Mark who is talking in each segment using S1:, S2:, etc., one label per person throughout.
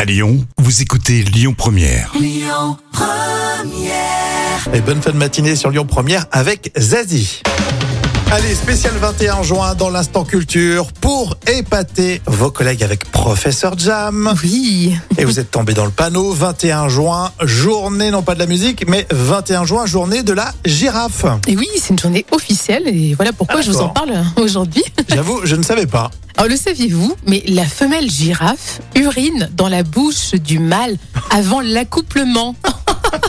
S1: À Lyon, vous écoutez Lyon Première.
S2: Et bonne fin de matinée sur Lyon Première avec Zazie. Allez, spécial 21 juin dans l'instant culture pour épater vos collègues avec Professeur Jam.
S3: Oui.
S2: Et vous êtes tombé dans le panneau 21 juin, journée non pas de la musique, mais 21 juin, journée de la girafe.
S3: Et oui, c'est une journée officielle et voilà pourquoi
S2: Ah,
S3: je vous en
S2: d'accord.
S3: parle aujourd'hui.
S2: J'avoue, je ne savais pas.
S3: Alors le saviez-vous, mais la femelle girafe urine dans la bouche du mâle avant l'accouplement.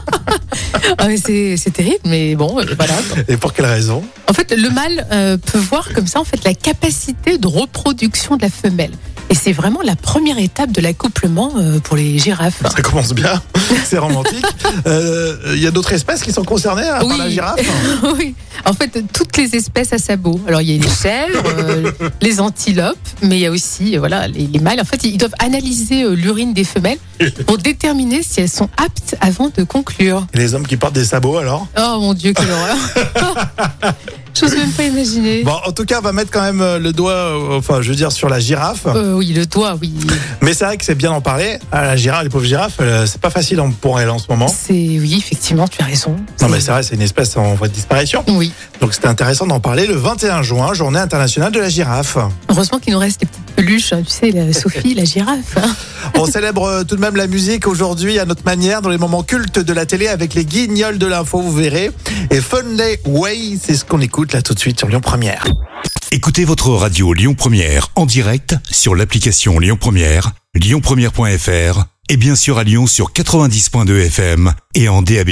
S3: Ah, mais c'est c'est terrible, mais bon, euh, voilà.
S2: Et pour quelle raison
S3: En fait, le mâle euh, peut voir comme ça en fait la capacité de reproduction de la femelle. Et c'est vraiment la première étape de l'accouplement euh, pour les girafes.
S2: Ça commence bien, c'est romantique. Euh, Il y a d'autres espèces qui sont concernées à part
S3: Oui.
S2: la girafe
S3: Oui, en fait, toutes les espèces à sabots. Alors, il y a les chèvres, euh, les antilopes, mais il y a aussi euh, voilà, les, les mâles. En fait, ils doivent analyser euh, l'urine des femelles pour déterminer si elles sont aptes avant de conclure.
S2: Et les hommes qui portent des sabots alors
S3: Oh mon Dieu, quelle horreur J'ose même pas imaginer.
S2: Bon, en tout cas, on va mettre quand même euh, le doigt, euh, enfin, je veux dire, sur la girafe.
S3: Euh, oui, le doigt, oui.
S2: Mais c'est vrai que c'est bien d'en parler. Ah, la girafe, les pauvres girafes, euh, c'est pas facile en- pour elles en ce moment.
S3: C'est oui, effectivement, tu as raison.
S2: Non, mais c'est vrai, c'est une espèce en voie de disparition.
S3: Oui.
S2: Donc c'était intéressant d'en parler le 21 juin, journée internationale de la girafe.
S3: Heureusement qu'il nous reste les petites peluches, hein, tu sais, la Sophie, la girafe. hein.
S2: On célèbre euh, tout de même la musique aujourd'hui à notre manière, dans les moments cultes de la télé avec les guignols de l'info, vous verrez. Et Funday Way, c'est ce qu'on écoute là tout de suite sur Lyon Première.
S1: Écoutez votre radio Lyon Première en direct sur l'application Lyon Première, lyonpremière.fr et bien sûr à Lyon sur 90.2 FM et en DAB+.